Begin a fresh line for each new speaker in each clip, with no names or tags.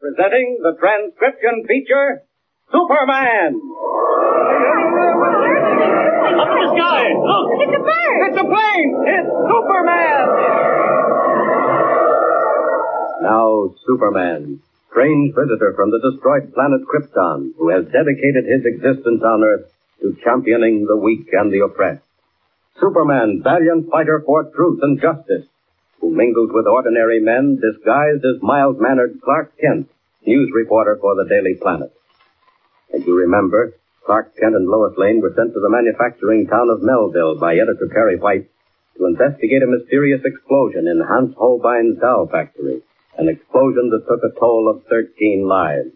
presenting the transcription feature, Superman!
Up in the sky! Look!
It's a bird!
It's a plane! It's Superman!
Now, Superman, strange visitor from the destroyed planet Krypton, who has dedicated his existence on Earth to championing the weak and the oppressed. Superman, valiant fighter for truth and justice, who mingles with ordinary men disguised as mild-mannered Clark Kent, news reporter for the Daily Planet. As you remember, Clark Kent and Lois Lane were sent to the manufacturing town of Melville by editor Perry White to investigate a mysterious explosion in Hans Holbein's doll factory, an explosion that took a toll of 13 lives.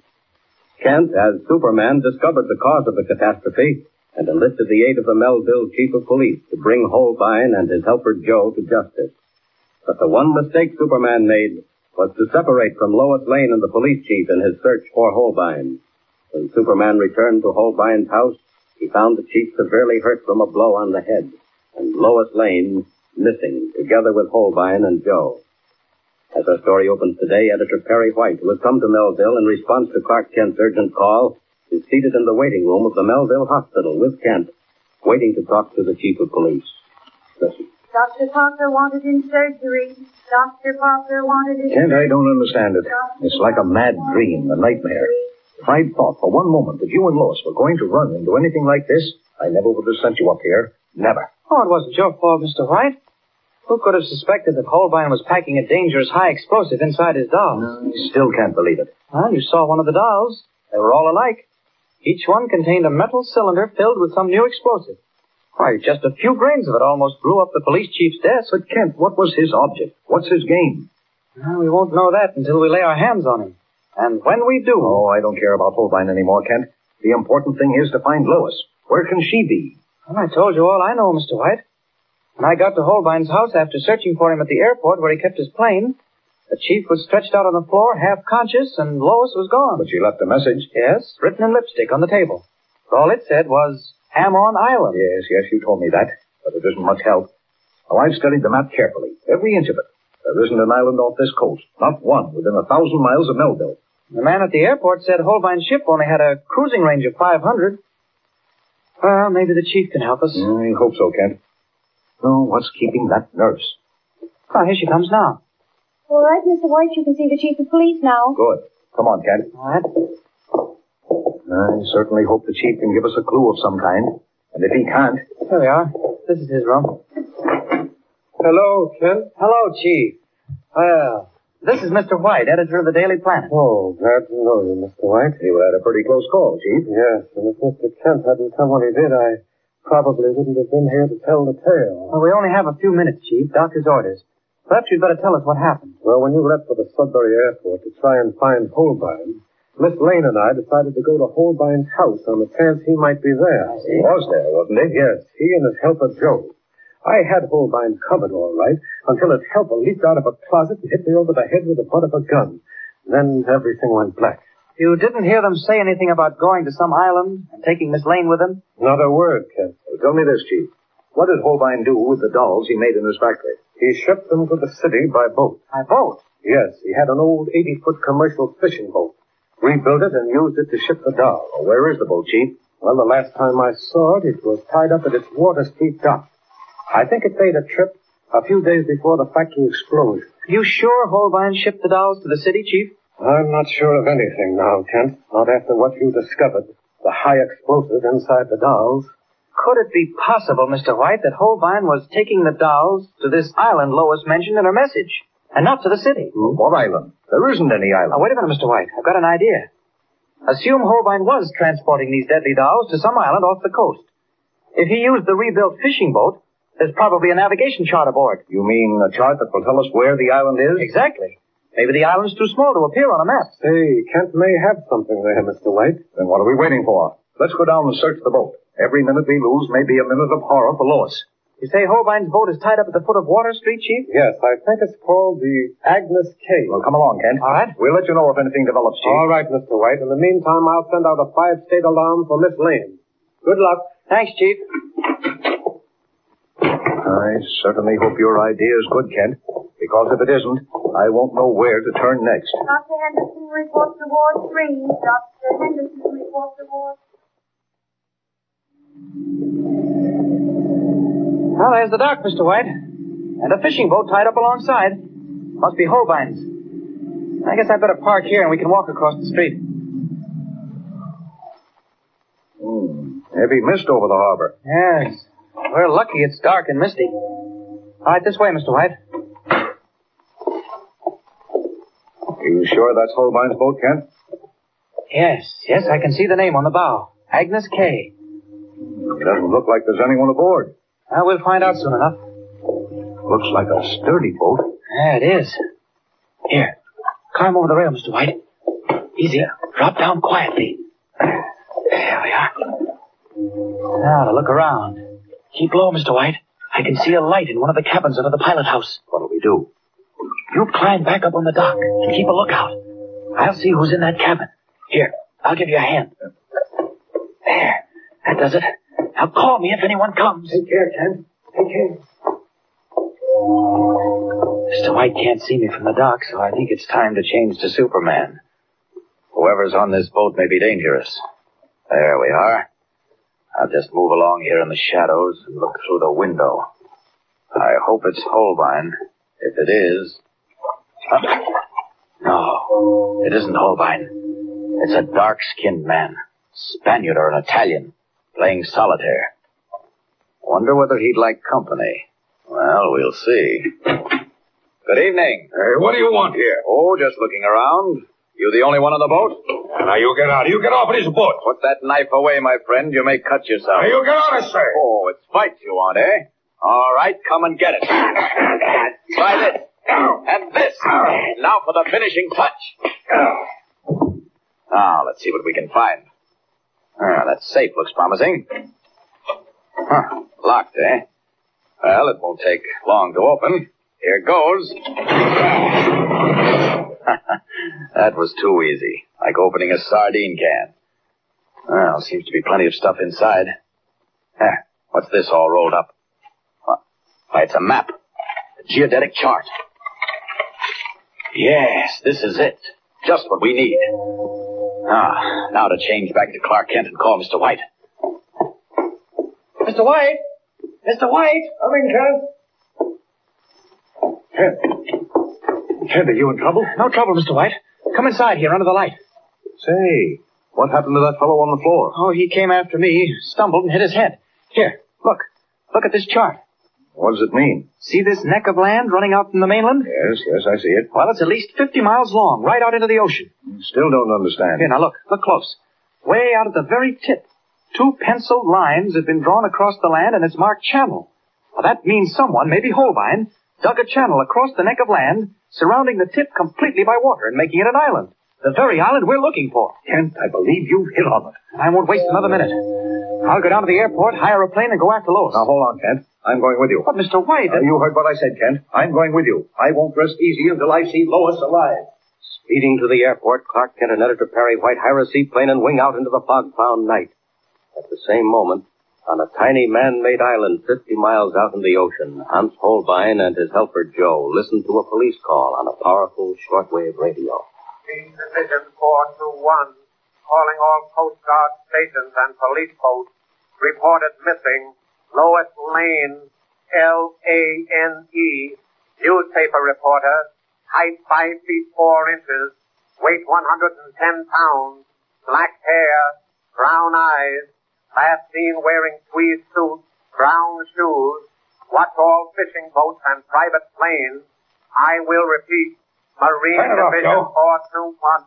Kent, as Superman, discovered the cause of the catastrophe and enlisted the aid of the Melville chief of police to bring Holbein and his helper Joe to justice. But the one mistake Superman made was to separate from Lois Lane and the police chief in his search for Holbein. When Superman returned to Holbein's house, he found the chief severely hurt from a blow on the head, and Lois Lane missing, together with Holbein and Joe. As our story opens today, editor Perry White, who has come to Melville in response to Clark Kent's urgent call, is seated in the waiting room of the Melville Hospital with Kent, waiting to talk to the chief of police. Listen.
Dr. Parker wanted in surgery. Dr. Parker wanted in
Kent, I don't understand it. It's like a mad dream, a nightmare. If I'd thought for one moment that you and Lois were going to run into anything like this, I never would have sent you up here. Never.
Oh, it wasn't your fault, Mr. White. Who could have suspected that Holbein was packing a dangerous high explosive inside his dolls?
I still can't believe it.
Well, you saw one of the dolls. They were all alike. Each one contained a metal cylinder filled with some new explosive. Why, just a few grains of it almost blew up the police chief's desk.
But Kent, what was his object? What's his game?
Well, we won't know that until we lay our hands on him. And when we do,
Oh, I don't care about Holbein anymore, Kent. The important thing is to find Lois. Where can she be?
Well, I told you all I know, Mr. White. When I got to Holbein's house after searching for him at the airport where he kept his plane, the chief was stretched out on the floor, half conscious, and Lois was gone.
But she left a message.
Yes, written in lipstick on the table. All it said was Hamon Island.
Yes, yes, you told me that. But it isn't much help. Now, I've studied the map carefully, every inch of it. There isn't an island off this coast, not one, within a thousand miles of Melville.
The man at the airport said Holbein's ship only had a cruising range of 500. Well, maybe the chief can help us.
Mm.
I hope so, Kent. No, what's keeping that nurse?
Oh, here she comes now.
All right, Mr. White, you can see the chief of police now.
Good. Come on, Kent.
All right.
I certainly hope the chief can give us a clue of some kind. And if he can't,
Here we are. This is his room.
Hello, Kent.
Hello, Chief. Well, this is Mr. White, editor of the Daily Planet.
Oh, glad to know you, Mr. White.
you had a pretty close call, Chief.
Yes, and if Mr. Kent hadn't come when he did, I probably wouldn't have been here to tell the tale.
Well, we only have a few minutes, Chief. Doctor's orders. Perhaps you'd better tell us what happened.
Well, when you left for the Sudbury airport to try and find Holbein, Miss Lane and I decided to go to Holbein's house on the chance he might be there.
He was there, wasn't he?
Yes, he and his helper Joe. I had Holbein covered all right until his helper leaped out of a closet and hit me over the head with the butt of a gun. Then everything went black.
You didn't hear them say anything about going to some island and taking Miss Lane with them?
Not a word, Kent.
Tell me this, Chief. What did Holbein do with the dolls he made in his factory?
He shipped them to the city by boat.
By boat.
Yes, he had an old 80-foot commercial fishing boat. Rebuilt it and used it to ship the doll.
Well, where is the boat, Chief?
Well, the last time I saw it, it was tied up at its Water Street dock. I think it made a trip a few days before the factory explosion.
Are you sure Holbein shipped the dolls to the city, Chief?
I'm not sure of anything now, Kent. Not after what you discovered. The high explosive inside the dolls.
Could it be possible, Mr. White, that Holbein was taking the dolls to this island Lois mentioned in her message, and not to the city?
Hmm, What island? There isn't any
Now,
island.
wait a minute, Mr. White. I've got an idea. Assume Holbein was transporting these deadly dolls to some island off the coast. If he used the rebuilt fishing boat, there's probably a navigation chart aboard.
You mean a chart that will tell us where the island is?
Exactly. Maybe the island's too small to appear on a map.
Say, Kent may have something there, Mr. White.
Then what are we waiting for? Let's go down and search the boat. Every minute we lose may be a minute of horror for Lois.
You say Holbein's boat is tied up at the foot of Water Street, Chief?
Yes, I think it's called the Agnes K.
Well, come along, Kent.
All right.
We'll let you know if anything develops, Chief.
All right, Mr. White. In the meantime, I'll send out a five-state alarm for Miss Lane. Good luck.
Thanks, Chief.
I certainly hope your idea is good, Kent. Because if it isn't, I won't know where to turn next.
Dr. Henderson reports to Ward 3. Dr. Henderson reports to Ward
Well, there's the dock, Mr. White. And a fishing boat tied up alongside. Must be Holbein's. I guess I'd better park here and we can walk across the street.
Hmm.
Heavy mist over the harbor.
Yes. We're lucky it's dark and misty. All right, this way, Mr. White.
You sure that's Holbein's boat, Kent?
Yes, yes, I can see the name on the bow. Agnes K.
It doesn't look like there's anyone aboard.
Well, we'll find out soon enough.
Looks like a sturdy boat.
There it is. Here, climb over the rail, Mr. White. Easy. Drop down quietly. There we are. Now to look around. Keep low, Mr. White. I can see a light in one of the cabins under the pilot house.
What'll we do?
You climb back up on the dock and keep a lookout. I'll see who's in that cabin. Here, I'll give you a hand. There. That does it. Now call me if anyone comes.
Take care, Ken. Take care.
Mr. White can't see me from the dock, so I think it's time to change to Superman.
Whoever's on this boat may be dangerous. There we are. I'll just move along here in the shadows and look through the window. I hope it's Holbein. If it is. Huh? No, it isn't Holbein. It's a dark skinned man, Spaniard or an Italian, playing solitaire. Wonder whether he'd like company. Well, we'll see. Good evening.
Hey, what do you want here?
Oh, just looking around. You the only one on the boat?
Now you get out. You get off of this boat.
Put that knife away, my friend. You may cut yourself.
Now you get out, I say.
Oh, it's fight you want, eh? All right, come and get it. Try this. And this. Now for the finishing touch. Now, let's see what we can find. Ah, that safe looks promising. Huh, locked, eh? Well, it won't take long to open. Here goes. that was too easy. Like opening a sardine can. Well, seems to be plenty of stuff inside. Eh, what's this all rolled up? Why, it's a map. A geodetic chart. Yes, this is it. Just what we need. Ah, now to change back to Clark Kent and call Mr. White.
Mr. White! Mr. White!
Coming, Ken.
Kent, are you in trouble?
No trouble, Mr. White. Come inside here under the light.
Say, what happened to that fellow on the floor?
Oh, he came after me, stumbled, and hit his head. Here, look. Look at this chart.
What does it mean?
See this neck of land running out from the mainland?
Yes, yes, I see it.
Well, it's at least 50 miles long, right out into the ocean.
Still don't understand.
Here, now look, look close. Way out at the very tip, two penciled lines have been drawn across the land and it's marked channel. Well, that means someone, maybe Holbein, dug a channel across the neck of land, surrounding the tip completely by water and making it an island. The very island we're looking for.
Kent, I believe you hit on it.
And I won't waste another minute. I'll go down to the airport, hire a plane, and go after Lois.
Now hold on, Kent. I'm going with you.
But, Mr. White,
Now, Uh, you heard what I said, Kent. I'm going with you. I won't rest easy until I see Lois alive.
Speeding to the airport, Clark Kent and Editor Perry White hire a seaplane and wing out into the fog-bound night. At the same moment, on a tiny man-made island 50 miles out in the ocean, Hans Holbein and his helper Joe listen to a police call on a powerful shortwave radio.
Team Division 421, calling all Coast Guard stations and police boats, reported missing Lois Lane, L-A-N-E, E, newspaper reporter, height 5 feet 4 inches, weight 110 pounds, black hair, brown eyes, last seen wearing tweed suit, brown shoes, watch all fishing boats and private planes. I will repeat, Marine
Turn it off,
Division
Joe.
421.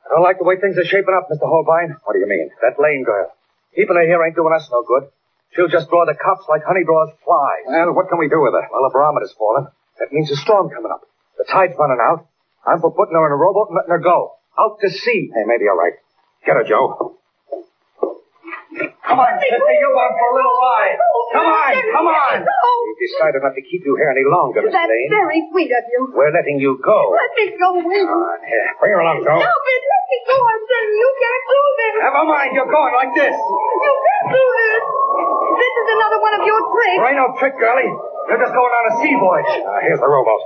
I don't like the way things are shaping up, Mr. Holbein. What do you mean?
That lane girl. Keeping her here ain't doing us no good. She'll just draw the cops like honey draws flies.
Well, what can we do with her?
Well, the barometer's falling. That means a storm coming up. The tide's running out. I'm for putting her in a rowboat and letting her go. Out to sea.
Hey, maybe you're right. Get her, Joe.
Come on, sister, you're going for a little ride. Come on, come on. We've decided not to keep you here any longer, Miss
That's
Lane.
very sweet of you.
We're letting you go.
Let me go, will
Come
you?
on, here.
Bring her along, Joe.
Help it! Let me go! I'm saying you can't do this!
Never mind, you're going like this.
You can't do this! This is another one of your tricks!
There ain't no trick, girlie. They're just going on a sea voyage. Uh, here's the rowboat.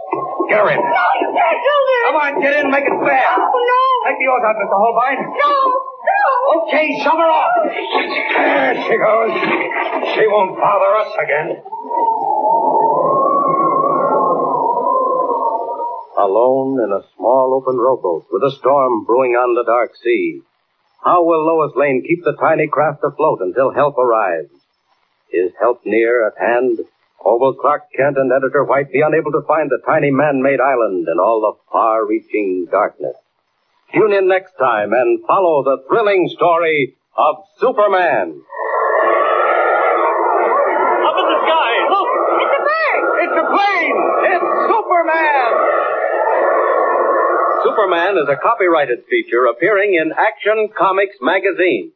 Get her in.
No, you can't do this.
Come on, get in. Make it fast.
Oh, no.
Take the oars out, Mr. Holbein.
No. No.
Okay, shove her off. There she goes. She won't bother us again.
Alone in a small open rowboat with a storm brewing on the dark sea. How will Lois Lane keep the tiny craft afloat until help arrives? Is help near at hand? Or will Clark Kent and Editor White be unable to find the tiny man-made island in all the far-reaching darkness? Tune in next time and follow the thrilling story of Superman.
Up in the sky. Look. It's a bird.
It's a plane! It's Superman!
Superman is a copyrighted feature appearing in Action Comics magazine.